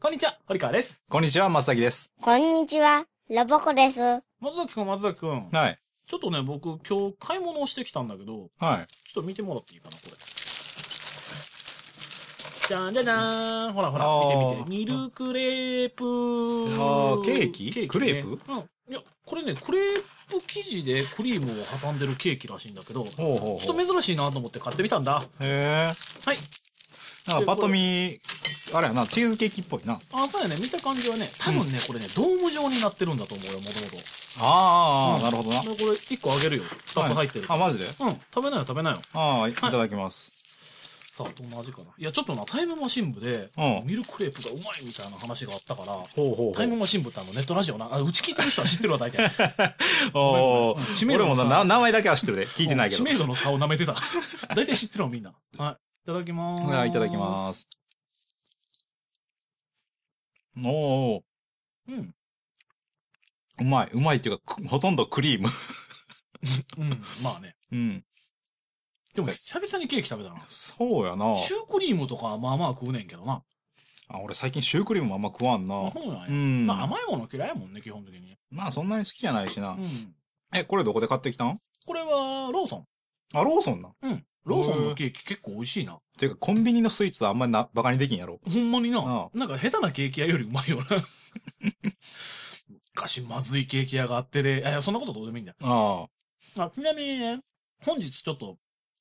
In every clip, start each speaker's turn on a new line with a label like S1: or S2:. S1: こんにちは、堀川です。
S2: こんにちは、松崎です。
S3: こんにちは、ロボコです。
S1: 松崎くん、松崎くん。
S2: はい。
S1: ちょっとね、僕、今日買い物をしてきたんだけど、
S2: はい。
S1: ちょっと見てもらっていいかな、これ。じゃんじゃじゃーん。ほらほら
S2: あ、ー
S1: 見て見て。ミルクレープ
S2: あーケーキクレープ
S1: うん。いや、これね、クレープ生地でクリームを挟んでるケーキらしいんだけど、ちょ
S2: ほうほう
S1: っと珍しいなと思って買ってみたんだ。
S2: へえ。
S1: はい。
S2: なんかパッと見、あれやな、チーズケーキっぽいな。
S1: あ、そうやね、見た感じはね、多分ね、これね、ドーム状になってるんだと思うよ、もともと。
S2: ああ、
S1: うん
S2: なるほどな。
S1: もうこれ1個あげるよ。2つ入ってる。
S2: はいあ、マジで
S1: うん、食べなよ、食べなよ。
S2: ああ、いいただきます。
S1: さあ、どんな味かな。いや、ちょっとな、タイムマシン部で、
S2: うん
S1: ミルクレープがうまいみたいな話があったから、
S2: ほうほ
S1: タイムマシン部ってあのネットラジオな、あうち聞いてる人は知ってるわ、大体。ごめんご
S2: お
S1: めんうん知
S2: ー
S1: 名度
S2: 俺
S1: の
S2: も
S1: さ
S2: な、名前だけは知ってるで。聞いてないけ
S1: 知
S2: ど。
S1: 名度の差を舐め てた。大体知ってるわ、みんな。はい。いただきまーす。。
S2: はい、いただきますす。おー、
S1: うん。
S2: うまい。うまいっていうか、くほとんどクリーム。
S1: うん、まあね。
S2: うん。
S1: でも、久々にケーキ食べたな。
S2: そうやな。
S1: シュークリームとか、まあまあ食うねんけどな。
S2: あ、俺最近シュークリームもあんま食わん
S1: まあ、
S2: な。
S1: そうなん
S2: う
S1: や。
S2: ん。
S1: まあ甘いもの嫌いやもんね、基本的に。
S2: まあそんなに好きじゃないし
S1: う
S2: な。
S1: ん。
S2: え、これどこで買ってきたん
S1: これは、ローソン。
S2: あ、ローソンな。
S1: うん。ローソンのケーキ結構美味しいな。
S2: ていうか、コンビニのスイーツはあんまりな、バカにできんやろ。
S1: ほんまに
S2: あ
S1: な。なんか下手なケーキ屋よりうまいよな。 昔まずいケーキ屋があってで、いやいや、そんなことどうでもいいんだよ。
S2: あ
S1: あちなみにね、本日ちょっと、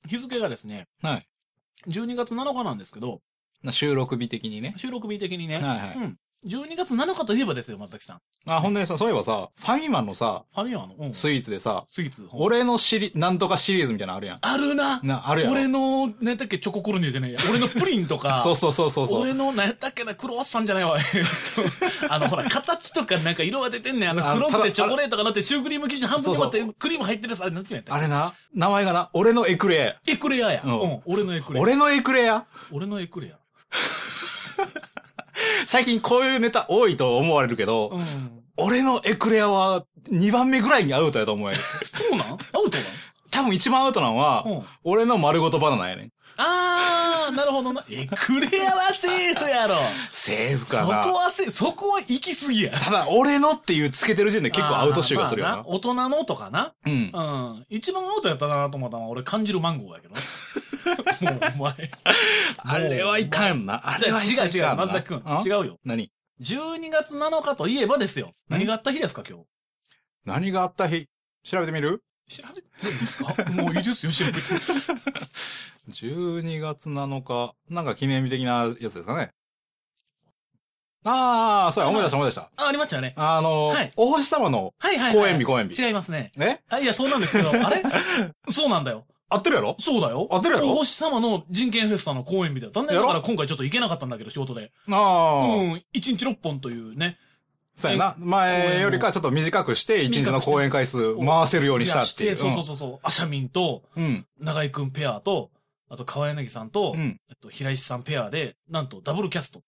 S1: 日付がですね、
S2: あ。はい。
S1: 12月7日なんですけど、
S2: な収録日的にね。
S1: 収録日的にね、
S2: はいはい。
S1: うん。12月7日といえばですよ、松崎さん。
S2: あ、ほんでさ、そういえばさ、ファミマのさ、
S1: ファミマの、うん、ス
S2: スイーツでさ、
S1: イーツ。
S2: 俺のシリ、なんとかシリーズみたいなのあるやん。
S1: あるな
S2: な、あるやろ
S1: 俺の、なんやったっけ、チョココロネじゃないや。俺のプリンと か。
S2: そうそうそうそうそう。
S1: 俺の、なんやったっけな、クロワッサンじゃないわ。えっとあの、ほら、形とかなんか色が出てんねん。あ
S2: あ
S1: の、黒
S2: のた
S1: く
S2: だ
S1: てチョコレートがなって、シュークリーム生地半分に割
S2: そ
S1: って、クリーム入ってるやつ、あれ、なんていうんやった
S2: あ
S1: っ
S2: れな、名前がな、俺のエクレ
S1: けエクレアや。
S2: う
S1: うんん、俺のエク
S2: ア。
S1: レア。
S2: 俺のエクレア
S1: 俺のエクレア。
S2: 最近こういうネタ多いと思われるけど、
S1: うん。
S2: 俺のエクレアは2番目ぐらいにアウトやと思 うよ。
S1: そうなんアウト
S2: 多分一番アウトなのは、
S1: なんうん。
S2: 俺の丸ごとバナナやねん。
S1: あー、なるほどな。エクレアはセーフやろ。
S2: セーフ
S1: そこ
S2: かな。
S1: はセーフ、そこは行き過ぎや。
S2: ただ、俺のっていうつけてる時点で結構アウト集がするよ
S1: あーま
S2: な
S1: あ。大人のとかな。
S2: うん。
S1: うん。一番アウトやったなと思ったのは、俺感じるマンゴーやけ どな。もう、お前。
S2: あれはいかんな。あ
S1: じ
S2: れ
S1: ゃ
S2: はいかん
S1: あ
S2: な。
S1: 違う違う、松崎くん。
S2: あ
S1: 違うよ。
S2: 何
S1: 12月7日といえばですよ。何があった日ですか、今日。
S2: 何があった日調べてみる
S1: 知らないですかもういいですよ、調べ て。
S2: ?12 月7日。なんか記念日的なやつですかね。ああ、そうや、思い出した思い出した。
S1: あ、ありましたよね。
S2: あの、
S1: はい
S2: お星様の
S1: はいはい、はい。
S2: 公演日公演日。
S1: 違いますね。
S2: え
S1: あ、いや、そうなんですけど、 あれそうなんだよ。
S2: 合ってるやろ
S1: そうだよ。
S2: 合ってるやろ
S1: お星様の人権フェスタの公演日だよ。残念ながら今回ちょっと行けなかったんだけど、仕事で。う
S2: ああ、
S1: ん。1日6本というね。
S2: そうやな。前よりかちょっと短くして、1日の公演回数回せるようにしたってい。
S1: いうやしてそうそうそうそう。アシャミンと、
S2: うん。
S1: 長井くんペアと、あと川柳さんと、
S2: うん。
S1: えっと、平石さんペアで、なんとダブルキャス ト。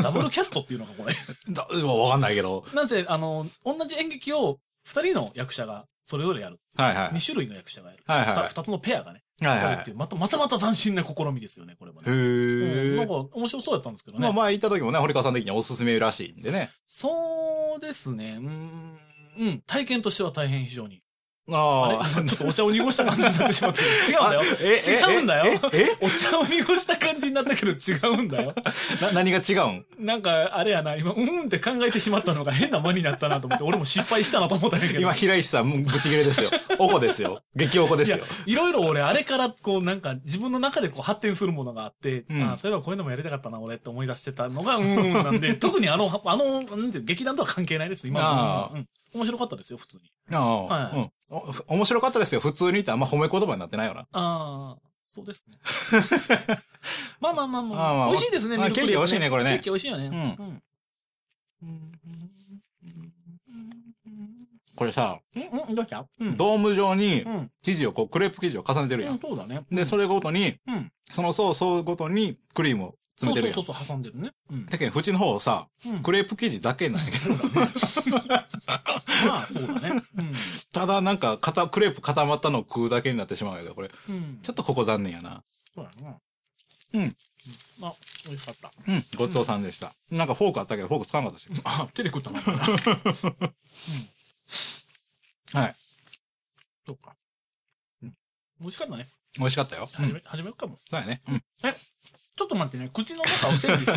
S1: ダブルキャストっていうのか、これ。
S2: うん。だ、わかんないけど。
S1: なぜ、あの、同じ演劇を二人の役者がそれぞれやる。
S2: はいはい。
S1: 二種類の役者がやる。
S2: はい
S1: 二
S2: は
S1: 二つのペアがね、
S2: い。はい
S1: や
S2: は
S1: るってい
S2: い。
S1: う、またまたまた斬新な試みですよね、これもね。う
S2: へ
S1: ん
S2: え。
S1: なんか面白そうだったんですけど
S2: まあ
S1: ね。
S2: 前行った時もね、堀川さん的にはおすすめらしいんでね。
S1: そうですね、うーん、うん、体験としては大変非常に。あれ
S2: あ
S1: ちょっとお茶を濁した感じになってしまったけど、違うん
S2: あ。
S1: だよ。
S2: え
S1: 違うんだよ
S2: えええ
S1: お茶を濁した感じになったけど違うんだよ。
S2: な何が違うん
S1: なんか、あれやな、今、うーんって考えてしまったのが変な間になったなと思って、俺も失敗したなと思ったんやけど。
S2: 今、平石さん、もうぶち切れで すよ。おこですよ。激おこですよ。
S1: いろいろ俺、あれから、こう、なんか、自分の中でこう、発展するものがあって、
S2: うん
S1: ああそういえばこういうのもやりたかったな、俺って思い出してたのが、うーん、なん で、特にあの、あの、なんていう、劇団とは関係ないです、今
S2: あ
S1: の
S2: あ。
S1: うん。面白かったですよ、普通に。
S2: ああ、
S1: はい
S2: うんおふ面白かったですよ。普通にってあんま褒め言葉になってないよな。
S1: ああ、そうですね。まあまあまあま
S2: ああまあ
S1: あ、美味しいですね、
S2: まあ
S1: ミルクレープ
S2: ケーキ美味しいねこれね
S1: ケーキ美味しいよね。うん。
S2: これさ、
S1: うん、どうしたうん。
S2: ドーム状に
S1: うん。
S2: 生地をこう、クレープ生地を重ねてるや
S1: うん
S2: ん。
S1: そうだね。
S2: で、それごとに、
S1: うん。
S2: その層層ごとにクリームを詰めてるやん。
S1: そうそうそう、挟んでるね。うん。
S2: だけど、縁の方さ、
S1: うん
S2: クレープ生地だけなんやけど、
S1: まあ、そうだね。
S2: ただなんか、固クレープ固まったのを食うだけになってしまうんやけど、これ。
S1: うん。うん。
S2: ちょっとここ残念やな。
S1: そうだな。
S2: うん。
S1: あ、美味しかった。
S2: うん、ごちそうさんでした。なんかフォークあったけど、フォークつかんかったし。
S1: あ、手で食ったな。
S2: はい。
S1: そっか。美味しかったね。
S2: 美味しかったよ。うん
S1: 始。め、始めようかも。
S2: そうやね。うん。
S1: ちょっと待ってね、口の中を整理 して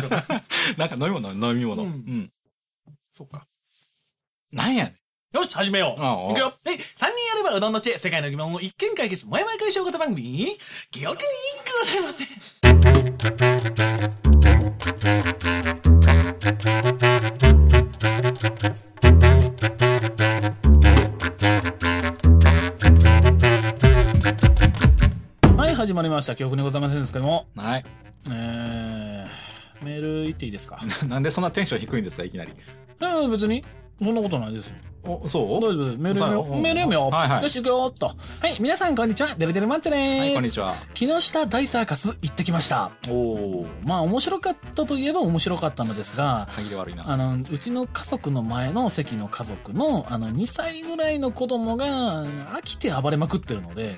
S2: なんか飲み物、飲み物。う
S1: うん
S2: ん。
S1: そっか。
S2: なんやねん。
S1: よし、始めよう。
S2: ああ
S1: いくよ。え、3人やればうどんの知恵、世界の疑問を一見解決、もやもや解消型番組、記憶にございません。はい、始まりました。記憶にございませんですけども、
S2: はい。
S1: えー、メール言っていいですか
S2: なんでそんなテンション低いんですか、いきなり。
S1: えー、別に、そんなことないですよ。
S2: お、
S1: 大丈
S2: そう
S1: 夫です。メール読
S2: そう
S1: む
S2: よ
S1: よ。メール読むよ。
S2: はいはい
S1: よし、行くよーっと。はい、皆さんこんにちは。デルデルマッチョでーす。
S2: はい、こんにちは。
S1: 木下大サーカス行ってきました。
S2: おー。
S1: まあ、面白かったといえば面白かったのですが、
S2: 歯切れ悪いな。
S1: あの、うちの家族の前の席の家族の、あの、2歳ぐらいの子供が飽きて暴れまくってるので、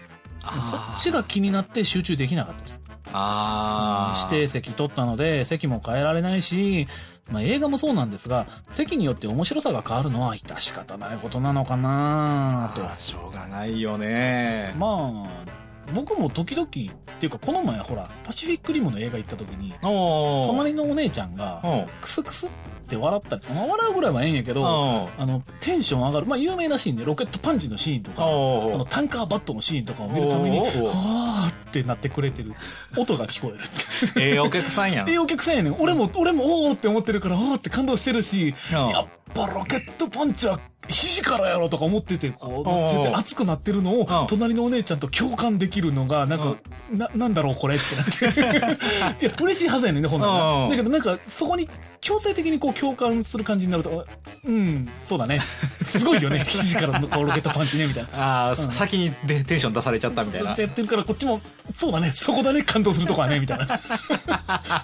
S1: そっちが気になって集中できなかったです。
S2: あー。
S1: 指定席取ったので、席も変えられないし、まあ、映画もそうなんですが、席によって面白さが変わるのは致し方ないことなのかな
S2: あ
S1: と。
S2: ーしょうがないよね。
S1: まあ、僕も時々、っていうか、この前、ほら、パシフィックリムの映画行った時に、
S2: おー。
S1: 隣のお姉ちゃんが、
S2: うん。
S1: クスクスって笑ったり、まあ、笑うぐらいはええんやけど、
S2: お
S1: あの、テンション上がる、まあ、有名なシーンで、ロケットパンチのシーンとか、あ
S2: お
S1: の、
S2: ー。
S1: タンカーバットのシーンとかを見るために、
S2: おー
S1: はーってなってくれてる、音が聞こえるって。
S2: ええお客さんや ん。
S1: ええお客さんやねん。俺も、俺も、おーって思ってるから、おーって感動してるし、
S2: うん
S1: やっぱロケットパンチは肘からやろとか思ってて、こう、
S2: うん
S1: なってて熱くなってるのを
S2: うん、
S1: 隣のお姉ちゃんと共感できるのが、なんか、な、なんだろうこれって なって。いや、嬉しいはずやねんね、ほんな
S2: うん
S1: ら。だけどなんか、そこに強制的にこう共感する感じになると、うん、そうだね。すごいよ ね、肘からのこうロケットパンチね、みたいな。
S2: あー、
S1: うん
S2: 先にでテンション出されちゃったみたいな
S1: ずっと。やってるから、こっちも、そうだね、そこだね、感動するとこはね、みたい な。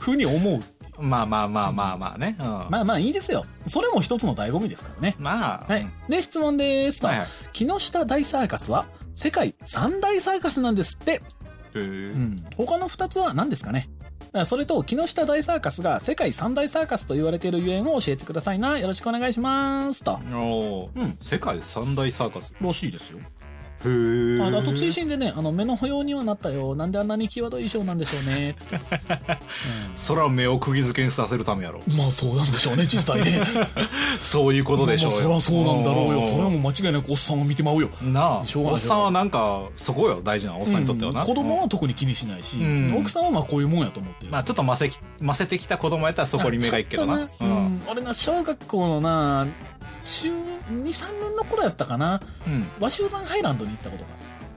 S1: ふうに思う。
S2: まあまあまあまあまあね。うん。ま
S1: まあまあいいですよ。それも一つの醍醐味ですからね。
S2: あ。
S1: はい。で、質問です。
S2: はいはい。
S1: 木下大サーカスは世界三大サーカスなんですって、
S2: へ
S1: う
S2: ー
S1: ん、他の2つは何ですかねあそれと木下大サーカスが世界三大サーカスと言われているゆえんを教えてくださいなよろしくお願いしますと
S2: おー
S1: うん
S2: 世界三大サーカス。
S1: らしいですよ
S2: へえ。
S1: ああと追伸でねあの目の保養にはなったよなんであんなに際どい衣装なんでしょうね、
S2: そら目を釘付けにさせるためやろ。
S1: うん まあそうなんでしょうね実際 ね
S2: そういうことでしょうよ。
S1: まあそりゃそうなんだろうよ
S2: ん
S1: それはもう間違いなくおっさんを見てまうよ
S2: なあ
S1: しょうが
S2: お
S1: ない
S2: っさんはなんかそこよ大事なおっさんにとってはな、
S1: うん子供は特に気にしないし、
S2: うん
S1: 奥さんはまあこういうもんやと思ってる
S2: まあちょっとませきませてきた子供やったらそこに目がいくけどな
S1: あちょっとなうん俺な小学校のな中23年の頃やったかな
S2: うん、うん、
S1: 和州山ハイランドに行ったことが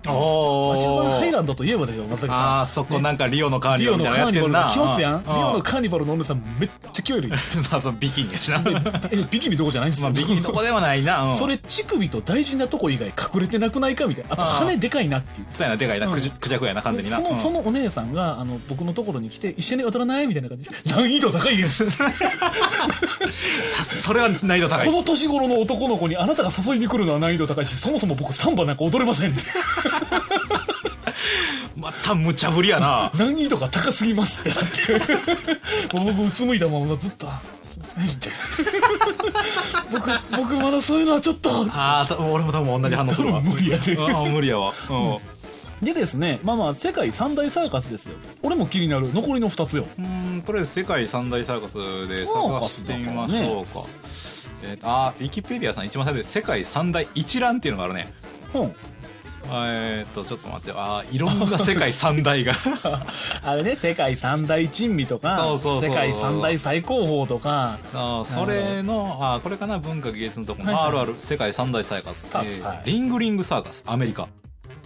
S2: お
S1: 和州山ハイ
S2: ー
S1: ランドといえばですよまさきさ
S2: あーそこなんかリオのカー
S1: ん
S2: ニ
S1: リ
S2: バ
S1: オ
S2: ルみ
S1: の
S2: たい
S1: カ
S2: なのや
S1: ー
S2: っ
S1: ニバ
S2: てん
S1: ル
S2: な
S1: が来ますやん
S2: う
S1: リオの
S2: う
S1: カーニバルのお姉さんめっちゃ強 いる
S2: まあそのビキニやしなま
S1: えビキニどこじゃないんですよ、
S2: あビキニどこではないな、うん、
S1: それ乳首と大事なとこ以外隠れてなくないかみたいなあと
S2: あー
S1: 羽でかいなっていう
S2: そうやなでかいな、
S1: うん
S2: クジクジャクやな完全にな
S1: そのそのお姉さんがあの僕のところに来て一緒に踊らないみたいな感じで難易度高い です
S2: うんさそれは難易度高い
S1: この
S2: です
S1: 年頃の男の子にあなたが誘いに来るのは難易度高いし、そもそも僕サンバなんか踊れませんって。
S2: また無茶ぶり やな
S1: 難易度が高すぎますってなって。 もう僕うつむいたままずっと、あすいませんって。 僕、僕まだそういうのはちょっと。
S2: ああ俺も多分同じ反応するわ
S1: 多分無理やで
S2: うんうん無理やわうん
S1: でですね、まあまあ世界三大サーカスですよ。俺も気になる残りの二つよ。
S2: うーんとりあえず世界三大サーカスで
S1: サー
S2: 探
S1: カ
S2: し
S1: ス
S2: て
S1: だか
S2: み
S1: ら
S2: ま
S1: ね
S2: しょうか。えーあーウィキペディアさん一番最初で世界三大一覧っていうのがあるね。
S1: うん。
S2: あーえーっと、ちょっと待って、あーいろんな世界三大が。
S1: あれね、世界三大珍味とか、
S2: そうそうそう
S1: 世界三大最高峰とか、
S2: あーそれの、あーこれかな、文化芸術のとこ
S1: はい
S2: の。
S1: はい
S2: あるある、世界三大サーカス。
S1: サーカス
S2: えー
S1: はい
S2: リングリングサーカス、アメリカ。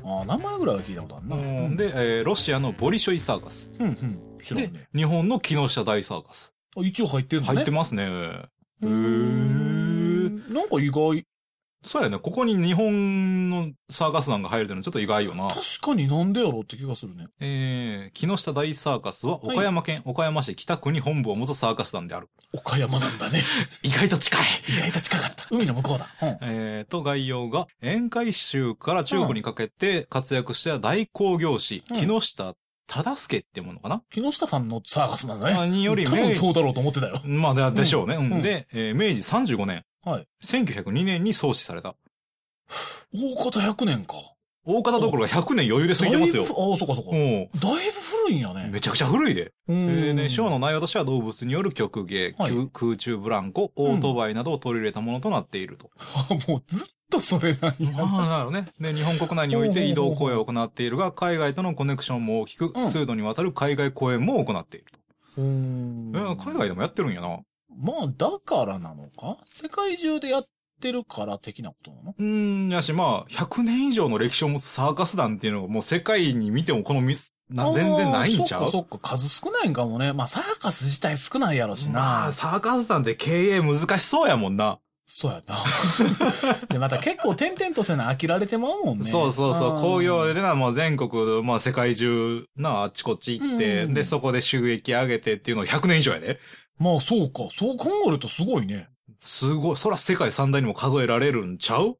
S1: ああ、名前ぐらいは聞いたことあるな。うん、
S2: で、えーロシアのボリショイサーカス。
S1: うん、うん。知らん
S2: で
S1: ね。、
S2: 日本の木下大サーカス。
S1: あ一応入ってるのね。
S2: 入ってますね。へー
S1: なんか意外。
S2: そうやね、ここに日本のサーカス団が入るってのはちょっと意外よな。
S1: 確かになんでやろうって気がするね。
S2: えー、木下大サーカスは岡山県岡山市北区に本部を持つサーカス団である。
S1: 岡山なんだね。
S2: 意外と近い
S1: 意外と近かった。海の向こうだ。うん。
S2: えー、と、概要が、宴会集から中国にかけて活躍した大工業師、
S1: うん
S2: 木下忠助ってものかな
S1: 木下さんのサーカスなんだね。
S2: により
S1: 多
S2: 明
S1: 分
S2: 治
S1: そうだろうと思ってたよ。
S2: まあだ、でしょうね。うん
S1: うん
S2: で、えー明治35年、
S1: はい。
S2: 1902年に創始された。
S1: 大方100年か。
S2: 大方どころが100年余裕で過ぎてますよ
S1: だい。ぶああ、そうかそうか。
S2: も
S1: だいぶ古いんや
S2: う
S1: ね。
S2: めちゃくちゃ古いで。
S1: うん
S2: えーね、ショーの内容としては動物による曲芸、
S1: はい
S2: 空空中ブランコ、オートバイなどを取り入れたものとなっていると。
S1: あもうずっとそれなんや。
S2: まあ、なるほどね。で、日本国内において移動公演を行っているが、海外とのコネクションも大きく
S1: う、ん
S2: 数度にわたる海外公演も行っていると。
S1: うん
S2: えー海外でもやってるんやな。
S1: まあ、だからなのか世界中でやってるから的なことなの
S2: うん、やし、まあ、100年以上の歴史を持つサーカス団っていうのが、もう世界に見てもこのみな全然ないんちゃ
S1: あー
S2: う
S1: そっかそっか、数少ないんかもね。まあ、サーカス自体少ないやろしな。
S2: まあ、サーカス団って経営難しそうやもんな。
S1: そうやな。 で、また結構点々とせな飽きられてまうもんね。
S2: そうそうそう。
S1: ん
S2: 工業でな、もう全国、まあ世界中、な、あっちこっち行って、
S1: うん
S2: で、そこで収益上げてっていうのを100年以上やで。
S1: まあ、そうか。そう考えるとすごいね。
S2: すごい。そら世界三大にも数えられるんちゃう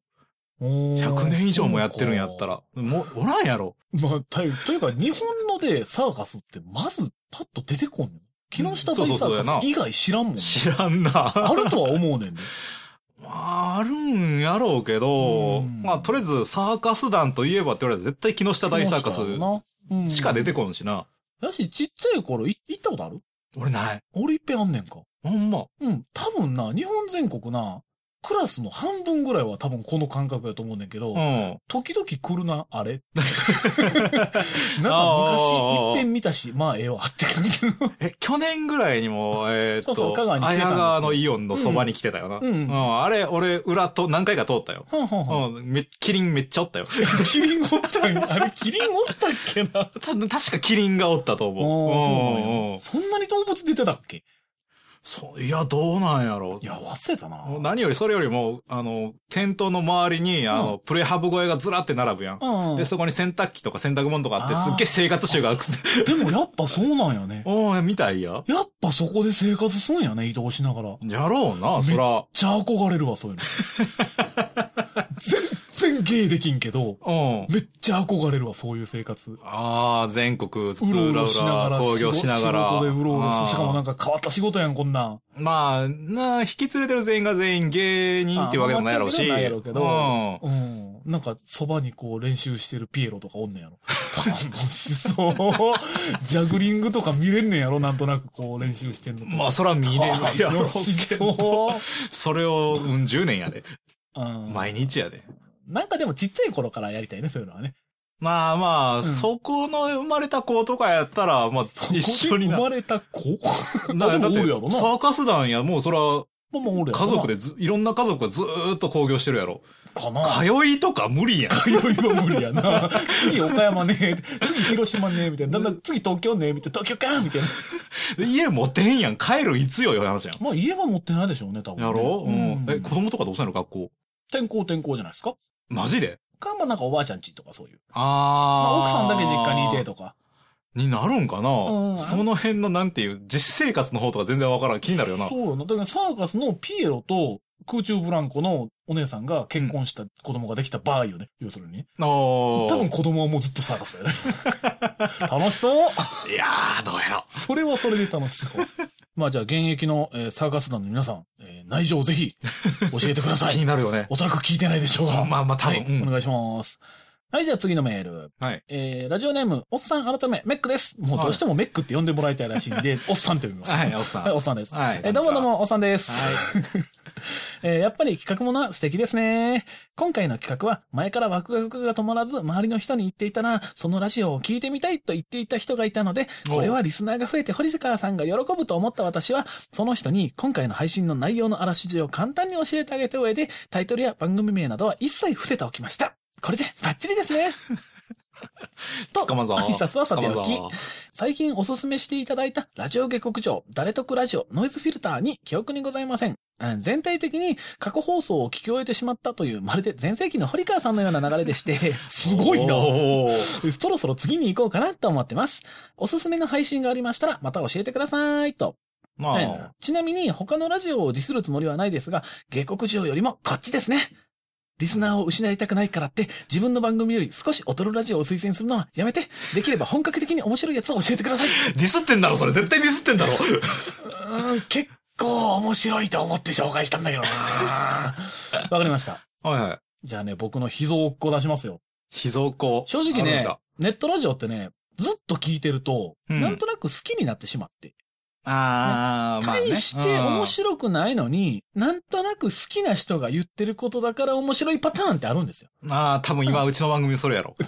S1: 100
S2: ?100 年以上もやってるんやったら。。もう、おらんやろ。
S1: まあ、たというか、日本のでサーカスって、まずパッと出てこんねん。木下大
S2: そ
S1: サ
S2: うそうそうや
S1: ー
S2: な
S1: カス以外知らんもんね。
S2: 知らんな。
S1: あるとは思うねんね。
S2: まあ、あるんやろうけ
S1: う
S2: ど、
S1: ん
S2: まあ、とりあえずサーカス団といえばって言われたら絶対木下大サーカス
S1: ス
S2: しか出て
S1: ん。
S2: こんしな。
S1: だし、ちっちゃい頃い行ったことある
S2: 俺ない。
S1: 俺いっぺんあんねんか。
S2: ほんま。
S1: うん。多分な、日本全国な、クラスの半分ぐらいは多分この感覚やと思うねんけど、
S2: うん。
S1: 時々来るな、あ れ。なんか
S2: あー
S1: 昔、いっぺん見たし、まあええわって感じの。
S2: え、去年ぐらいにも、えーっ
S1: そ
S2: と、
S1: うそう香川に来てたん
S2: 綾
S1: ですよ
S2: 川のイオンのそばに来てたよな。
S1: うんうん
S2: あれ、俺、裏と、何回か通ったよ。
S1: はんはんはん
S2: うん、め、キリンめっちゃおったよ。
S1: キリンおったんあれ、キリンおったっけな。
S2: た確かキリン がおったと思う。うん
S1: おーそうなんやそんなに動物出てたっけ
S2: うんそう、いや、どうなんやろ
S1: いや、忘れたな。
S2: もう何より、それよりも、あの、店頭の周りに、あの、プレハブ小屋がずらって並ぶやん。
S1: うん。
S2: で、
S1: で
S2: そこに洗濯機とか洗濯物とかあって、
S1: あー
S2: すっげえ生活臭がくす。
S1: もやっぱそうなんやね。
S2: おー、みたいや。
S1: やっぱそこで生活すんやね、移動しながら。めっ
S2: やろうな、そら。
S1: ちゃ憧れるわ、そう いうの。全然芸できんけど、
S2: うん。
S1: めっちゃ憧れるわ、そういう生活。
S2: ああ、全国、ず
S1: うろうろしながら、
S2: 工業しながら。
S1: 仕事でうろうろ
S2: あー
S1: し、しかもなんか変わった仕事やん、こんなん。
S2: まあ、なあ、引き連れてる全員が全員芸人っていうわけでもないやろうし。
S1: あまあ全員でもないやろ
S2: うん。
S1: うん。なんか、そばにこう練習してるピエロとかおんねんやろ。楽しそう。ジャグリングとか見れんねんやろ、なんとなくこう練習してんのとか。
S2: まあ、そら見れるやろう
S1: 楽し
S2: け
S1: そ
S2: ど。
S1: う。
S2: それを、うん、10年やで。
S1: うん
S2: 毎日やで。
S1: なんかでもちっちゃい頃からやりたいね、そういうのはね。
S2: まあまあ、
S1: ん
S2: そこの生まれた子とかやったら、まあ、
S1: そこで
S2: 一緒にな
S1: 生。まれた子
S2: な
S1: あでも
S2: だって
S1: おるやろな
S2: サーカス団や、もうそら、
S1: まあまあ俺ら
S2: 家 族でず、いろんな家族がずーっと興行してるやろ。
S1: かな。
S2: 通いとか無 理やん。
S1: いろいろ無理やな。次岡山ね、次広島ね、みたいな。だんだん次東京ね、みたいな。東京かみたいな。
S2: 家持てんやん。帰るいつよ、いう話やん。
S1: まあ家は持ってないでしょうね、多分ね、
S2: やろう
S1: うん。
S2: ん。え、子供とかどうしたの学校。
S1: 転校転校じゃないですか
S2: マジで
S1: か、まあなんかおばあちゃんちとかそういう。
S2: あ
S1: ま
S2: あ
S1: あ奥さんだけ実家にいてとか。
S2: になるんかな、
S1: うん
S2: その辺のなんていう、実生活の方とか全然わからん。気になるよな。
S1: そうよな。だからサーカスのピエロと空中ブランコのお姉さんが結婚した子供ができた場合よね。要するにね。
S2: あ多
S1: 多分子供はもうずっとサーカ スだよね。楽しそう
S2: いやー、どうやろ
S1: それはそれで楽しそう。まあじゃあ現役の、えーサーカス団の皆さん、えー内情をぜひ教えてく ださ
S2: 気
S1: い。
S2: になるよね。
S1: おそらく聞いてないでしょうが。
S2: まあまあ、多
S1: はい、
S2: 分。
S1: お願いします。はい、じゃあ次のメール。
S2: はい。
S1: えー、ラジオネーム、おっさん改め、メックです。もうどうしてもメックって呼んでもらいたいらしいん で、おっさんと呼びます。
S2: はい、おっさん。
S1: はい、おっさんです。
S2: はい
S1: えーどうもどう。も、おっさん です。
S2: は
S1: えーやっぱり企画ものは素敵ですね。今回の企画は、前からワクワクが止まらず、周りの人に言っていたら、そのラジオを聞いてみたいと言っていた人がいたので、これはリスナーが増えて堀川さんが喜ぶと思った私は、その人に今回の配信の内容のあらすじを簡単に教えてあげた上で、タイトルや番組名などは一切伏せておきました。これでバッチリですね。と、
S2: かまんぞ
S1: 挨拶はさておき、
S2: まずは
S1: 最近おすすめしていただいたラジオ下克上、誰得ラジオ、ノイズフィルターに記憶にございません。うん全体的に過去放送を聞き終えてしまったという、まるで前世紀の堀川さんのような流れでして、 すごいな。
S2: おー
S1: そろそろ次に行こうかなと思ってます。おすすめの配信がありましたら、また教えてくださいと。
S2: まあ、
S1: はいちなみに、他のラジオをディスるつもりはないですが、下克上よりもこっちですね。リスナーを失いたくないからって、自分の番組より少し劣るラジオを推薦するのはやめて、できれば本格的に面白いやつを教えてください。
S2: ディスってんだろ、それ。絶対ディスってんだろ。
S1: うーん、結構面白いと思って紹介したんだけどな わかりました。
S2: はいはい。
S1: じゃあね、僕の秘蔵っ子出しますよ。
S2: 秘蔵庫。
S1: 正直
S2: あるんで
S1: ね
S2: すか、
S1: ネットラジオってね、ずっと聞いてると、
S2: うん
S1: なんとなく好きになってしまって。
S2: あー、まあね。
S1: 対して面
S2: い。
S1: 白くないのに、なんとなく好きな人が言ってることだから面白いパターンってあるんですよ。
S2: まあ、多分今、うちの番組それやろ。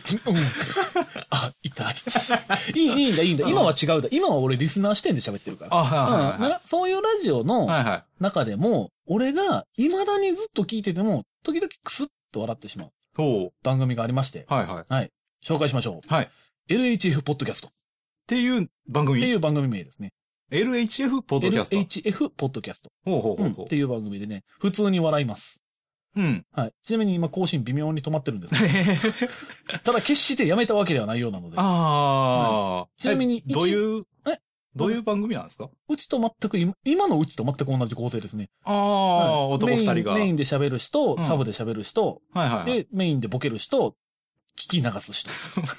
S1: あ、痛い。いい、いいんだ、いいんだ。今は違うだ。今は俺リスナー視点で喋ってるから。
S2: あ、はい
S1: うん
S2: はいはい
S1: なそういうラジオの
S2: はい。はいはい。
S1: 中でも、俺が未だにずっと聞いてても、時々クスッと笑ってしまう
S2: そ
S1: 番組がありまして、
S2: う。はいはい。っ
S1: 紹介しましょう。
S2: はい。
S1: LHF ポッドキャストって
S2: いう番組。
S1: ていう番組名ですね。
S2: LHF ポッドキャスト。
S1: LHF ポッドキャスト、
S2: ほうほう
S1: う
S2: ほ
S1: ん
S2: う
S1: っ
S2: ほ
S1: ていう番組でね、普通に笑います。
S2: う。うん。
S1: はい。ちなみに今更新微妙に止まってるんですけど、ただ決してやめたわけではないようなので、
S2: ああ。
S1: いちなみに
S2: えどういう、
S1: え
S2: どういう番組なんですか
S1: うちと全く今、今のうちと全く同じ構成ですね。
S2: あ
S1: はい
S2: あ、男二人が。
S1: メインメイ
S2: はい
S1: ンで喋る人、
S2: うん
S1: サブで喋る人、
S2: はいはい。
S1: で、メインでボケる人、聞き流す人。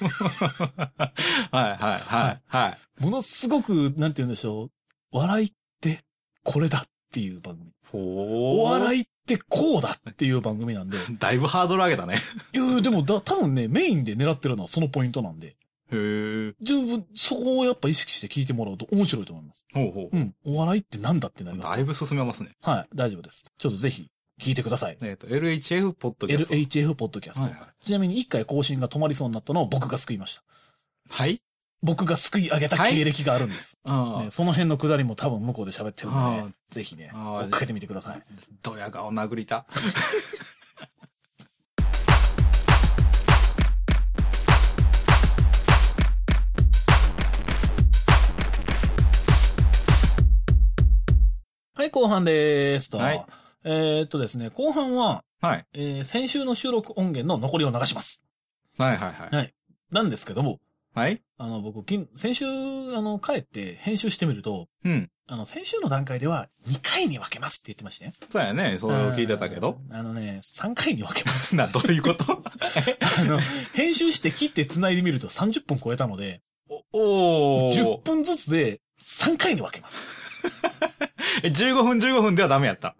S2: はいはいはいはい。
S1: ものすごく、なんて言うんでしょう。笑いって、これだっていう番組。
S2: ほ
S1: お
S2: い。
S1: 笑いってこうだっていう番組 なんで。
S2: だいぶハードル上げたね。
S1: いやいやでもだ、多分ね、メインで狙ってるのはそのポイントなんで、
S2: へえ。
S1: 十分、そこをやっぱ意識して聞いてもらうと面白いと思います。
S2: ほうほ
S1: う
S2: う。
S1: ん。お笑いってなんだってなります
S2: だい。ぶ進めますね。
S1: はい、大丈夫です。ちょっとぜひ、聞いてください。
S2: えっと、LHF ポッドキャスト。
S1: LHF ポッドキャスト。
S2: はいはい
S1: ちなみに一回更新が止まりそうになったのを僕が救いました。
S2: はい
S1: 僕が救い上げた経歴があるんです。
S2: あ
S1: ね、その辺のくだりも多分向こうで喋ってるので、
S2: あ
S1: ぜひね、
S2: あー
S1: 追っかけてみてください。
S2: ドヤ顔殴りた。
S1: はい、後半ですと。
S2: はい
S1: えーっとですね、後半は、
S2: はい。
S1: えー先週の収録音源の残りを流します。
S2: はいはいはい。
S1: なんですけども、
S2: はい
S1: あの、僕、きん先週、あの、帰って編集してみると、
S2: うん。
S1: あの、先週の段階では2回に分けますって言ってましたね。
S2: そうやね。それを聞いてたけど。
S1: うん。あのね、3回に分けます。
S2: な、どういうこと
S1: あの、編集して切って繋いでみると30分超えたので、
S2: おお
S1: 10
S2: ー。
S1: 分ずつで3回に分けます。
S2: え15分15分ではダメやった。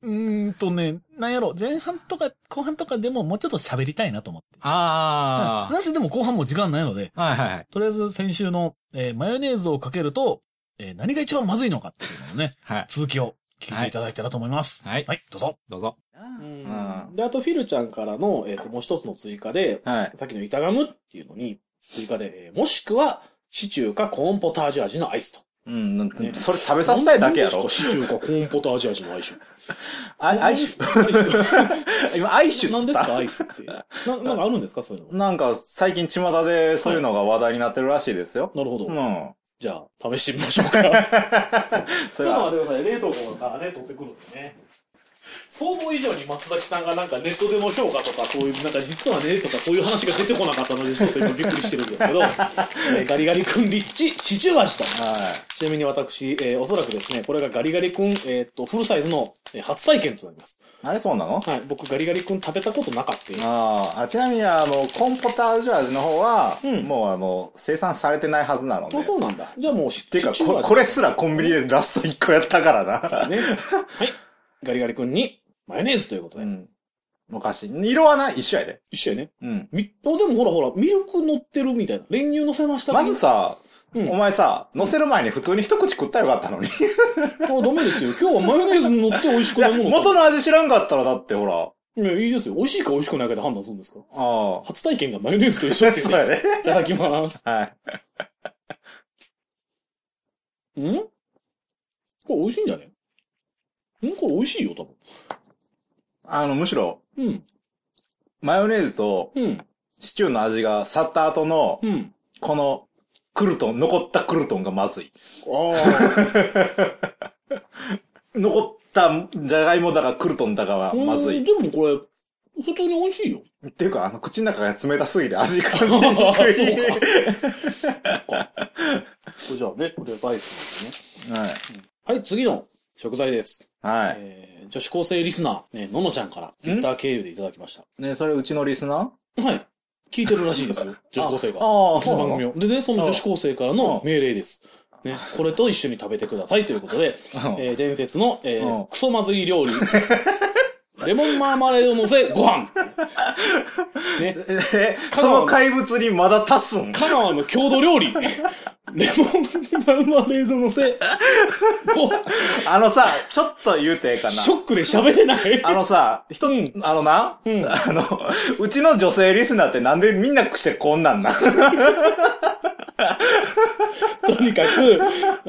S1: うーんとね、なんやろ、前半とか後半とかでももうちょっと喋りたいなと思って。
S2: あ
S1: なんせでも後半も時間ないので、
S2: あ。はいはいはい。
S1: とりあえず先週の、えーマヨネーズをかけると、えー何が一番まずいのかっていうのをね、
S2: はい。
S1: 続きを聞いていただけたらと思います。
S2: はい
S1: はい、どうぞ。
S2: どうぞ。ん
S1: で、あとフィルちゃんからの、えっ、と、もう一つの追加で、
S2: はい。
S1: さっきの板ガムっていうのに、追加で、もしくは、シチューかコーンポタージュ味のアイスと。
S4: うん、なんか
S1: ね
S4: それ食べさせたいだけやろ。
S1: シチューかコーンポタージュ味のアイス。
S4: あアイシュ。 今、アイシュっつ
S1: 何
S4: っ
S1: ですか
S4: た
S1: アイスって。な、なんかあるんですかそういうの。
S4: なんか、最近巷でそういうのが話題になってるらしいですよ。
S1: なるほど。
S4: うん。
S1: じゃあ、試してみ ましょうか。
S4: それは、
S1: ってください。冷凍庫からね、取ってくるんでね。想像以上に松崎さんがなんかネットでの評価とか、そういう、なんか実はね、とかそういう話が出てこなかったので、ちょっと今びっくりしてるんですけ ど、えーガリガリ君リッチ、シチュー味と。
S4: は
S1: ちなみに私、えーおそらくですね、これがガリガリ君、えーっと、フルサイズのえー初体験となります。
S4: い。あれそうなの
S1: はい、僕ガリガリ君食べたことなかった
S4: あーあ、ちなみに、あの、コーンポタージュ味の方は、
S1: うん
S4: もう、あの、生産されてないはずなので。
S1: あ、そうなんだ。じゃあもう、
S4: っていうか
S1: シチュー
S4: こ、
S1: 味
S4: これすらコンビニでラスト1個やったからな。
S1: ね。はい。ガリガリ君に、マヨネーズということ
S4: う
S1: で。
S4: ん。おかしい。色はな、一緒やで。
S1: 一緒やね。
S4: うん。
S1: み、あ、でもほらほら、ミルク乗ってるみたいな。練乳乗せました
S4: まずさ、
S1: うん
S4: お前さ、乗せる前に普通に一口食ったらよかったのに。
S1: あ、ダメですよ。今日はマヨネーズ乗って美味し
S4: い
S1: くな
S4: や、
S1: いもの。
S4: 元の味知らんかったらだってほら、
S1: いや、いいですよ。美味しいか美味しくないかで判断するんですか
S4: ああ。
S1: 初体験がマヨネーズと一緒って いう
S4: そう
S1: ね。
S4: やね。
S1: いただきます。
S4: はい。
S1: んこれ美味しいんじゃねんこれ美味しいよ、多
S4: あの、むしろ、
S1: 分。うん。
S4: マヨネーズと
S1: うん。
S4: シチューの味が去った後の、
S1: うん。
S4: この、クルトン、残ったクルトンがまずい。
S1: あ
S4: 残ったじゃがいもだかクルトンだかは
S1: あ。
S4: まずい。
S1: でもこれ、普通に美味しいよ。
S4: っていうか、あの、口の中が冷たすぎて味感じに
S1: ああ、 そうか。
S4: くい。
S1: そうか。これじゃあね、これバイスなんでね。
S4: はい。
S1: はい、次の食材です。
S4: はい。
S1: えー女子高生リスナー、ね、ののちゃんから、ツイッター経由でいただきました。
S2: ね、それうちのリスナー
S1: はい。聞いてるらしいですよ、女子高生が。
S2: ああ、
S1: こ
S2: そう
S1: の番
S2: な
S1: 組
S2: の
S1: を。でね、その女子高生からの命令です。ね、これと一緒に食べてくださいということで、えー伝説の、えー
S2: うん
S1: クソまずい料理。レモンマーマレードのせご飯。ね、
S2: え、その怪物にまだ足すん
S1: 香川の郷土料理。レモンマーマレードのせご飯。
S2: あのさ、ちょっと言うてええかな。
S1: ショックで喋れない。
S2: あのさ、人、
S1: うん
S2: あのな、
S1: うん
S2: あの、うちの女性リスナーってなんでみんなしてこ んなんなん
S1: とにかく、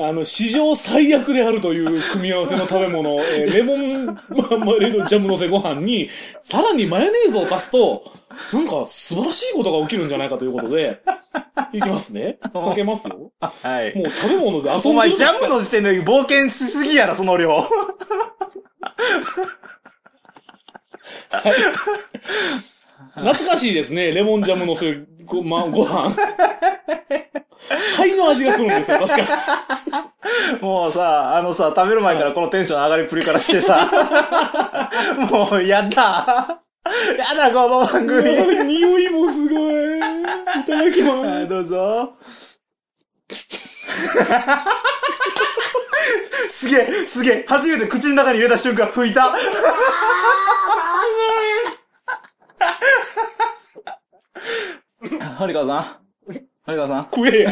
S1: あの、史上最悪であるという組み合わせの食べ物、えーレモンママレードジャムのせご飯に、さらにマヨネーズを足すと、なんか素晴らしいことが起きるんじゃないかということで、いきますね。かけますよ。も
S2: はい。
S1: う食べ物で遊んでる。
S2: お前、ジャムの時点で冒険しすぎやろ、その量。
S1: 懐かしいですね。レモンジャムのせご、ま、ご 飯。貝の味がするんですよ、確か
S2: もうさ、あのさ、食べる前からこのテンション上がりっぷりからしてさ、もう、やだ。やだ、この番組。
S1: に。匂いもすごい。いただき
S2: はい、
S1: ます。
S2: どうぞ。 すげえ、すげえ。初めて口の中に入れた瞬間拭いた。はるかさん。はるかさん。
S1: 食えや。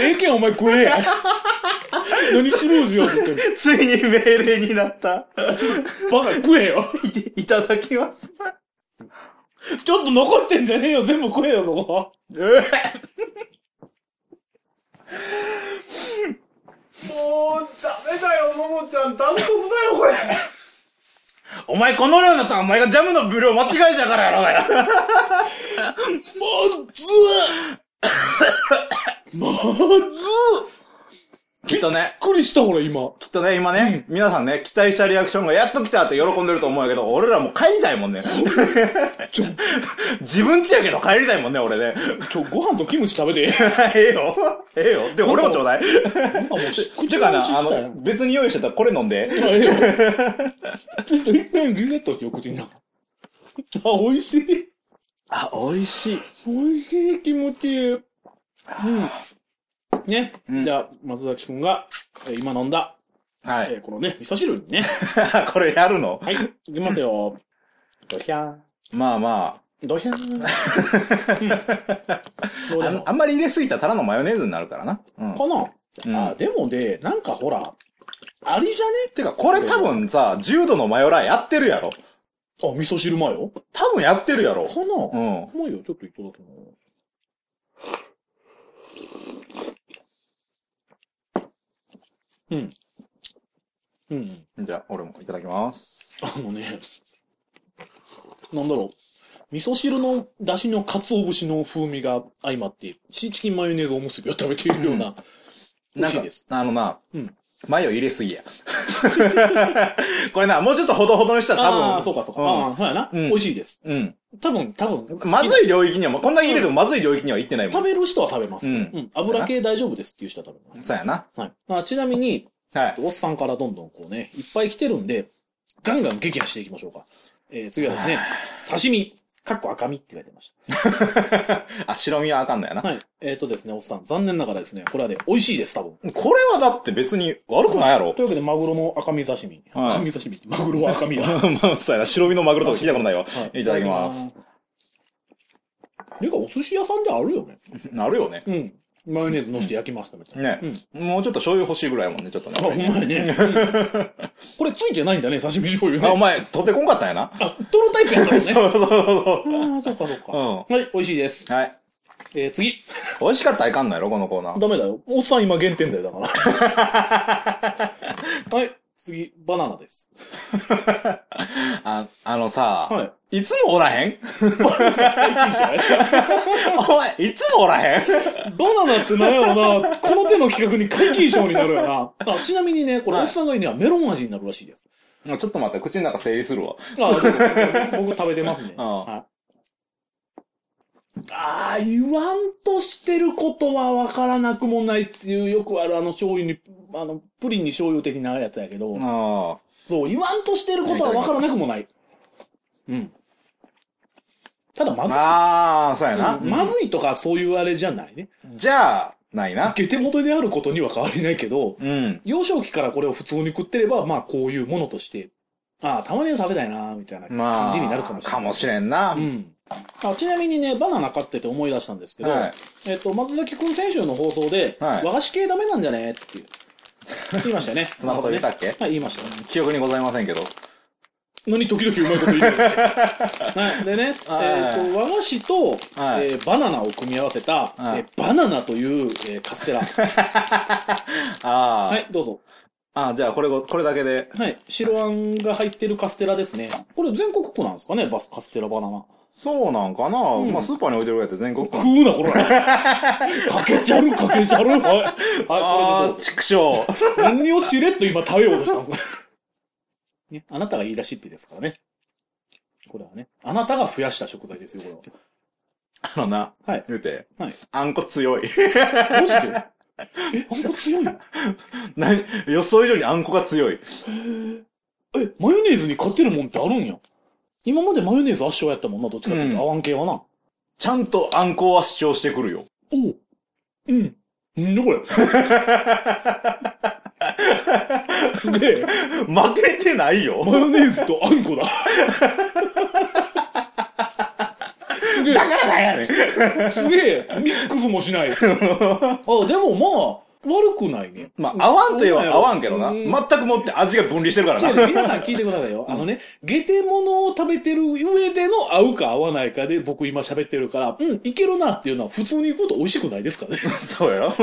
S1: ええけん、お前食えや。何スルーしようって言ってんの
S2: ついに命令になった。
S1: バカ食えよ。
S2: い いただきます。
S1: ちょっと残ってんじゃねえよ。全部食えよ、そこ。
S2: もう、ダメだよ、ももちゃん。ダントツだよ、これ。お前、この量になったら、お前がジャムの分量間違えたからやろうがよ。
S1: まずっまずっ
S2: きっとね、
S1: びっくりした、ほら、今。
S2: きっとね、今ね、皆さんね、期待したリアクションがやっと来たって喜んでると思うんやけど、俺らもう帰りたいも んね。自分ちやけど帰りたいもんね、俺 ね。
S1: ちょ、ご飯とキムチ食べ て。
S2: ええよ。ええよ。で、俺もち ょうだい。
S1: なんかもう、
S2: て
S1: 口か
S2: か
S1: ら
S2: な、あ
S1: した
S2: の
S1: よ、。
S2: 別に用意してたらこれ飲んで。
S1: あええよ。ちょっと一回ギュッとしてよ、口の中。あ、美味しい。
S2: あ、美味しい。
S1: 美味しい、気持ちいい。うん。ね。
S2: うん
S1: じゃあ、松崎くんが、えー今飲んだ、
S2: は
S1: え
S2: い。
S1: ーこのね、味噌汁にね。
S2: これやるの
S1: はい、いきますよ。ドヒャーン。
S2: まあま
S1: ドヒャーン。うん、どう
S2: あ、
S1: で
S2: あん
S1: も。
S2: あんまり入れすぎたらただのマヨネーズになるからな。うん。
S1: かな、
S2: うん
S1: あ、でもね、なんかほら、ありじゃね
S2: てか、これ多分さ、重度のマヨラーやってるやろ。
S1: あ、味噌汁マヨか
S2: 多分やってるやろ。う
S1: な、
S2: ん。
S1: マヨちょっといただきます。うん。うん。
S2: じゃあ、俺もいただきます。
S1: あのね、なんだろう。味噌汁の出汁の鰹節の風味が相まって、シーチキンマヨネーズおむすびを食べているような、美味
S2: なん
S1: しい
S2: か
S1: です。、
S2: あのな、
S1: うん
S2: マヨ入れすぎや。 これな、もうちょっとほどほどにしたら多分。
S1: ああ、そうかそうか。
S2: ん
S1: ああ、そうやな。
S2: うん
S1: 美味しいです。
S2: うん。
S1: 多分、多分。
S2: ま
S1: 好き
S2: ずい領域にはもう、こんだけ入れてもまずい領域には行ってない
S1: な
S2: も
S1: 食
S2: ん。
S1: べる人は食べます。
S2: う
S1: うんん。油系大丈夫ですっていう人は食べます。
S2: そうやな。
S1: はい。まあちなみに、
S2: はい。
S1: おっさんからどんどんこうね、いっぱい来てるんで、ガンガン撃破していきましょうか。えー、次はですね、刺身、かっこ赤身って書いてました。
S2: あ、白身はあかんのやな。
S1: はい。えっ、とですね、おっさん、残念ながらですね、これはね、美味しいです、多分。
S2: これはだって別に悪くないやろ
S1: と。いうわけで、マグロの赤身刺身。
S2: はい
S1: 赤身刺身って、マグロは赤身だ。
S2: まあ、そうやな。白身のマグロとか聞いたことないわ。
S1: はい
S2: ただきます。
S1: てか、お寿司屋さんであるよね。
S2: なるよね。
S1: うん。マヨネーズのして焼きましたみたいな。
S2: ね
S1: うん。
S2: もうちょっと醤油欲しいぐらいやもんね、ちょっとね。
S1: あ、ほんまや ね。これついてないんだね、刺身醤油ね。
S2: あ、お前、取ってこんかったんやな。
S1: あ、トロタイプやったんですね。
S2: そうそうそうそ
S1: ああ、そっかそっか。
S2: う
S1: はい、美味しいです。
S2: う。はい。
S1: えー、次。
S2: 美味しかったらいかんのやろ、このコーナー。
S1: ダメだよ。おっさん今減点だよ、だから。はい、次、バナナです。
S2: あ、あのさ、、
S1: はい
S2: つもおらへん
S1: いいじゃない
S2: お前、いつもおらへん
S1: バナナってなんやろな、この手の企画に解禁賞になるよな。あ、ちなみにね、これ、
S2: はい
S1: おっさんがいいにはメロン味になるらしいです。
S2: もうちょっと待って、口の中整理するわ。
S1: あ、どうぞ僕食べてますね。
S2: ああ
S1: はああ、言わんとしてることはわからなくもないっていう、よくあるあの醤油に、あの、プリンに醤油的なやつやけど、
S5: あ
S1: そう、言わんとしてることはわからなくもない。うん。ただ、まずい
S2: ああ、そうやな。
S1: うんまずいとかそういうあれじゃないね。
S2: じゃあ、ないな。
S1: 下手元であることには変わりないけど、
S2: うん。
S1: 幼少期からこれを普通に食ってれば、まあこういうものとして、ああ、たまには食べたいな、みたいな
S2: ま
S1: 感
S2: あ、
S1: じになるかもしれない。
S2: れんな。
S1: うん。あちなみにね、バナナ買ってて思い出したんですけど、
S2: はい
S1: えっと、松崎くん先週の放送で、
S2: はい
S1: 和菓子系ダメなんじゃねっていう。言いましたよね。
S2: そんなこと言ったっけ
S1: はい、言いましたよ。
S2: 記憶にございませんけど。
S1: のに時々うまいこと言って ました。はい。でね、
S2: はい
S1: えっと、和菓子と、
S2: はい
S1: えーバナナを組み合わせた、
S2: はい
S1: えーバナナという、えーカステラ。は
S2: ああ、
S1: い、どうぞ。
S2: ああ、じゃあこれご、これだけで。
S1: はい。白あんが入ってるカステラですね。これ全国区なんですかねバスカステラバナナ。
S2: そうなんかな、まあ、スーパーに置いてるぐらいやって全国区。
S1: 食うな、 これ。かけちゃる、かけちゃる。はい。はい、これでど
S2: あ
S1: う
S2: あ、
S1: ぞ。
S2: 畜生。
S1: 何をしれっと今食べようとしたんですかね、 あなたが言い出しっぺですからね。これはね。あなたが増やした食材ですよ、こ
S2: あのな、
S1: れは。はい。
S2: 言うて、
S1: はい。
S2: あんこ強い。
S1: マジでえ、あんこ強いの
S2: な予想以上にあんこが強い。
S1: え、マヨネーズに勝てるもんってあるんや。今までマヨネーズ圧勝やったもんな、どっちかっていうと。
S2: うん
S1: 合わん系はな。
S2: ちゃんとあんこは主張してくるよ。
S1: おう。うん。なんだこ れ。すげえ。
S2: 負けてないよ。
S1: マヨネーズとあんこだ。すげ
S2: だからなんやねん。
S1: え、すげえ。ミックスもし ない。あ、でもまあ、悪くないね。
S2: まあ、合わんといえば合わんけどな。
S1: うん
S2: 全くもって味が分離してるからな。
S1: 皆さん聞いてくださいよ。あのね、下手物を食べてる上での合うか合わないかで僕今喋ってるから、うん、いけるなっていうのは普通に行くと美味しくないですからね。
S2: そうよ。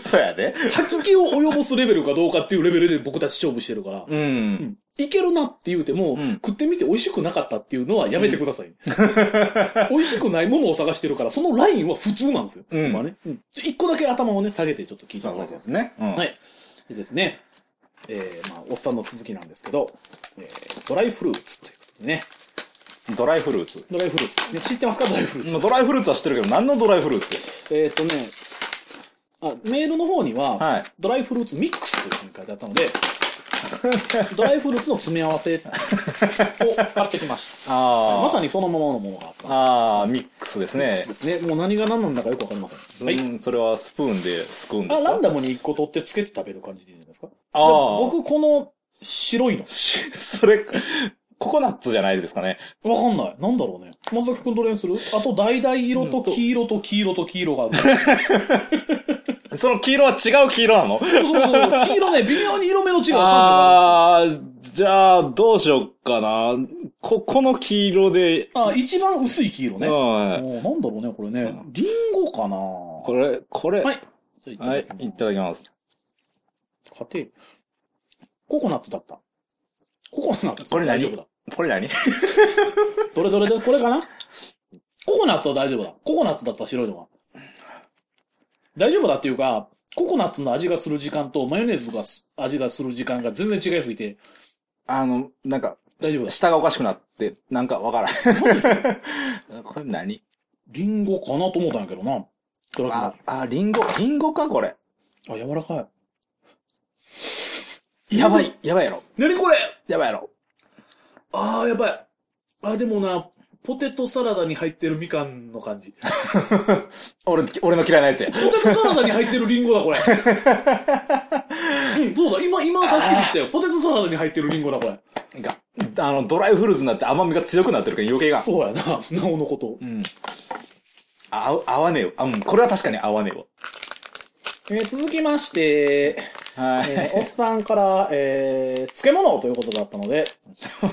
S2: そうやで。
S1: 吐き気を及ぼすレベルかどうかっていうレベルで僕たち勝負してるから。
S2: うん。
S1: いけるなって言うても、
S2: ん
S1: 食ってみて美味しくなかったっていうのはやめてください。 美味しくないものを探してるから、そのラインは普通なんですよ。
S2: うん
S1: まあね。うん一、個だけ頭をね、下げてちょっと聞いて
S2: そう
S1: く
S2: そ
S1: ださ
S2: うで
S1: い。
S2: すね。うん。
S1: はい。でですね、えー、まあ、おっさんの続きなんですけど、えー、ドライフルーツということでね、
S2: ドライフルーツ。
S1: ドライフルーツですね。知ってますかドライフルーツ。
S2: ドライフルーツは知ってるけど、何のドライフルーツ
S1: えー、っとね、あ、メールの方には、
S2: はい
S1: ドライフルーツミックスというふうに書いてあったので、 ドライフルーツの詰め合わせを買ってきました。ま
S2: あ
S1: さにそのままのものがあった
S2: あ。。ああ、ミックスですね
S1: そうですね。もう何が何なんだかよくわかりません。はい。
S2: うんそれはスプーンですくうんで
S1: あ、
S2: すか
S1: ランダムに1個取ってつけて食べる感じでいいんじゃないですか。
S2: ああ。僕、
S1: 僕、この白いの。
S2: それ、ココナッツじゃないですかね。
S1: わかんない。なんだろうね。松崎くんどれにするあと、橙色と黄色と黄色と黄色がある。そう
S2: その黄色は違う黄色なの
S1: そうそう黄色ね、微妙に色目の違う3色があ
S2: ああ、じゃあ、どうしよっかな。こ、この黄色で、
S1: るんですよ。あ、一番薄い黄色
S2: う
S1: ね。
S2: ん。
S1: おーなんだろうね、これね。リンゴかな
S2: これ、これ、
S1: は
S2: はい
S1: い。じゃあ
S2: はい、いただきます。
S1: 家庭。ココナッツだった。ココナッツ。
S2: これ
S1: 大
S2: 何
S1: 丈夫だ。
S2: これ何
S1: どれどれどれ、これかなココナッツは大丈夫だ。ココナッツだったら白いのが。大丈夫だっていうか、ココナッツの味がする時間とマヨネーズがす味がする時間が全然違いすぎて、
S2: あの、なんか、
S1: 大丈夫だ
S2: 下がおかしくなって、なんかわから ん。これ何
S1: リンゴかなと思ったんやけどな。ドラキュ
S2: あ、あ、リンゴ、リンゴか、これ。
S1: ラあ、柔らかい。
S2: やばい、やばいやろ。
S1: 何これ
S2: やばいやろ。
S1: ああ、やばい。あ、でもな、ポテトサラダに入ってるみかんの感じ。
S2: 俺、俺の嫌いなやつや。
S1: ポテトサラダに入ってるリンゴだ、 これ。うん、そうだ、今、今はっきりしたよ。ポテトサラダに入ってるリンゴだ、これ。
S2: が、あの、ドライフルーツになって甘みが強くなってるから余計が。
S1: そうやな、 なおのこと。
S2: うん。あ、合う合わねえよ。あ、うん、これは確かに合わねえよ。
S1: えー続きまして、
S2: は
S1: え
S2: い。
S1: ーおっさんから、えー、漬物ということだったので、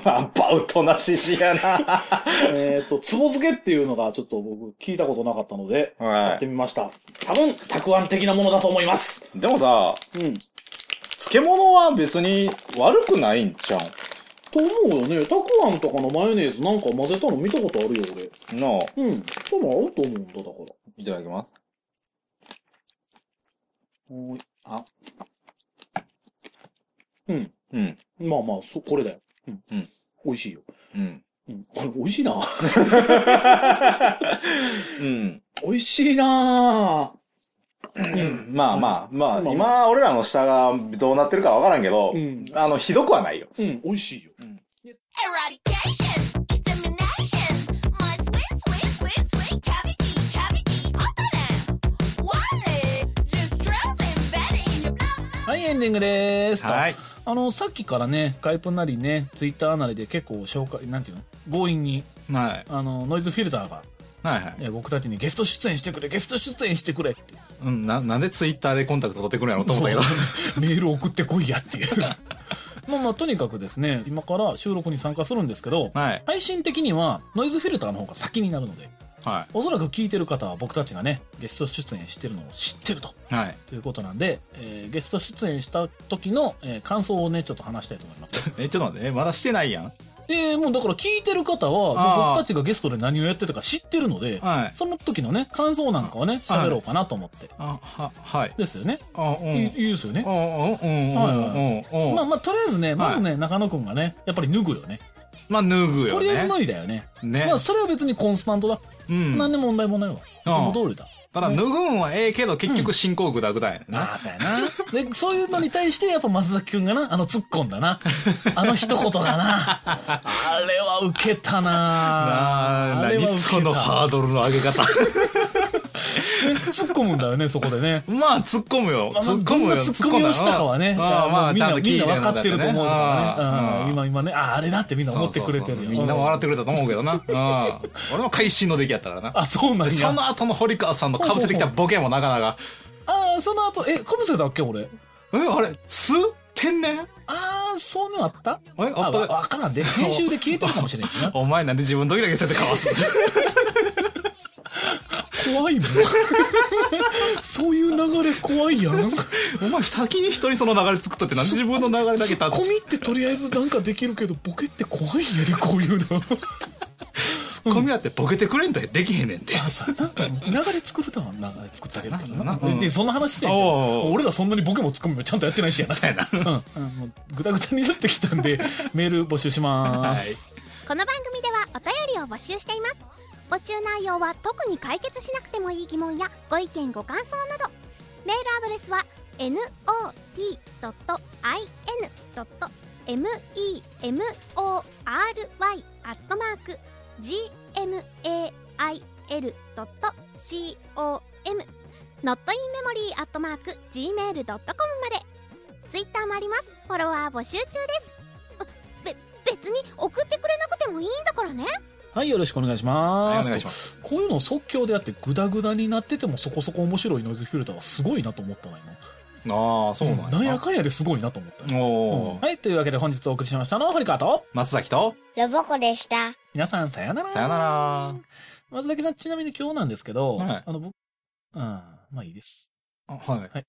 S2: アバウトな獅子やな。
S1: えっ、と、つぼ漬けっていうのがちょっと僕聞いたことなかったので、
S2: はい
S1: やってみました。多分、たくあん的なものだと思います。
S2: でもさ、
S1: うん。
S2: 漬物は別に悪くないんちゃう
S1: と思うよね。たくあんとかのマヨネーズなんか混ぜたの見たことあるよ、
S2: んの
S1: 俺。うん。多分合うと思うんだ、だから。
S2: いただきます。
S1: おーい。あ。うん。
S2: うん。
S1: まあまあ、そ、これだよ。うん。
S2: うん
S1: 美味しいよ。
S2: うん。
S4: うんこれ美味しいな。
S6: うん。
S4: 美味しいな
S6: まあまあ、まあ、
S4: うん
S6: 今、俺らの下がどうなってるかわからんけど、
S4: うん。
S6: あの、ひどくはないよ。
S4: うん、美味しいよ。
S7: Eradication, extermination, my sweet, sweet, sweet, sweet cavity, cavity, open it. Wallet, just drown embedded in your blood.
S1: はい、エンディングです。と
S2: はい。
S1: あの、さっきからね、カイプなりね、ツイッターなりで結構紹介、なんていうの強引に、
S2: はい。
S1: あの、ノイズフィルターが、
S2: はいはい。
S1: ね、僕たちにゲスト出演してくれ、ゲスト出演してくれって、
S2: うん、な、なんでツイッターでコンタクト取ってくるんやろうと思 ったけど。
S1: メール送ってこいやっていう。 まあまあ、とにかくですね、今から収録に参加するんですけど、
S2: はい。
S1: 配信的にはノイズフィルターの方が先になるので、
S2: は
S1: おそらく聞いてる方は僕たちがね、ゲスト出演してるのを知ってると。
S2: い。はい。
S1: ということなんで、えーゲスト出演した時の、えー感想をね、ちょっと話したいと思い ます。
S2: え、ちょっと待って、えまだしてないやん。
S1: で、もうだから聞いてる方は、
S2: あー
S1: 僕たちがゲストで何をやってたか知ってるので、
S2: はい。
S1: その時のね、感想なんかをね、喋ろうかなと思って。
S2: あ、は、はい。
S1: ですよね。
S2: あ、うん。
S1: いいいですよね
S2: う。ん、うん、うん、うん、うん。
S1: まあまあ、とりあえずね、
S2: はい
S1: まずね、中野くんがね、やっぱり脱ぐよね。
S2: まあ、脱ぐよね。
S1: とりあえず脱いだよね。
S2: ね。
S1: まあ、それは別にコンスタントだ。
S2: うん。
S1: 何で問題もないわ。いつも通りだ。
S2: ただ、脱ぐんはええけど、結局進行グダグダやねん
S1: ま
S2: な。
S1: あ、そうやな。 で、そういうのに対して、やっぱ松崎くんがな、あの突っ込んだ な。あの一言がな。あれはウケたな
S2: なあ、
S1: あれは
S2: 何
S1: ウケた
S2: そのハードルの上 げ方。
S1: 突っ込むんだよね、そこでね。
S2: まあ、突っ込むよ。
S1: まあまあ
S2: 突っ込む
S1: ど
S2: よ。
S1: んな突っ込みをしたかはね、
S2: 突っ込ん
S1: い
S2: だ
S1: や
S2: よああ、まあ、
S1: みん
S2: ちゃん
S1: な、
S2: と
S1: み
S2: 聞い
S1: ん
S2: て
S1: な分かってると思うから
S2: ああ
S1: ね。うん今、今ね、ああれだってみんな思ってくれてるよ。
S2: そうそうそうみんな笑って
S1: る。
S2: くれたと思うけ どな。うん俺も会心の出来やったからな。
S1: あ、そうなん
S2: でそ
S1: や。
S2: の後の堀川さんの被せてきたボケもなかなか、
S1: ああ、その後、え、コブセだっけ、俺。
S2: え、あれ、す天然
S1: ああ、そういうのあった
S2: えあった
S1: わわから んで。編集で消えてるかもしれんしな。
S2: お前なんで自分の時だけそうやってかわす
S1: 怖いもん。 そういう流れ怖いやん。
S2: お前先に人にその流れ作ったってなんで自分の流れだけ立
S1: コミってとりあえずなんかできるけど、ボケって怖いんやで、こういうの。
S2: つツッコミあってボケてくれんとできへんねんで。
S1: あ、そうやな。流れ作るとは流れ作ってあげるけどな。
S2: だけどなうん
S1: で、そんな話してんけ
S2: おうおうお
S1: ど
S2: う
S1: 俺らそんなにボケもツッコミもちゃんとやってないしやな。
S2: そうやな。
S1: うん。もうぐたぐたになってきたんで、メール募集しま
S2: は
S1: す。
S2: い。
S7: この番組ではお便りを募集しています募集内容は特に解決しなくてもいい疑問やご意見ご感想などメールアドレスは not.in.memory.gmail.com not in memory at mark gmail.com までツイッターもありますフォロワー募集中ですあべ別に送ってくれなくてもいいんだからね
S1: はい、よろしくお願いし
S2: はい
S1: ま
S2: お
S1: す
S2: 願いし。ます。
S1: こういうのを即興でやってグダグダになっててもそこそこ面白いノイズフィルターはすごいなと思ったの今。
S2: ああ、そうなんや。
S1: なんやかんやですごいなと思った。
S2: おー
S1: はい、というわけで本日お送りしましたのは堀川と、
S2: 松崎と、
S3: ロボコでした。
S1: 皆さんさようなら。
S2: さよなら。
S1: 松崎さん、ちなみに今日なんですけど、
S2: はい
S1: あの、僕、うん、まあいいです。
S2: あはい。
S1: はい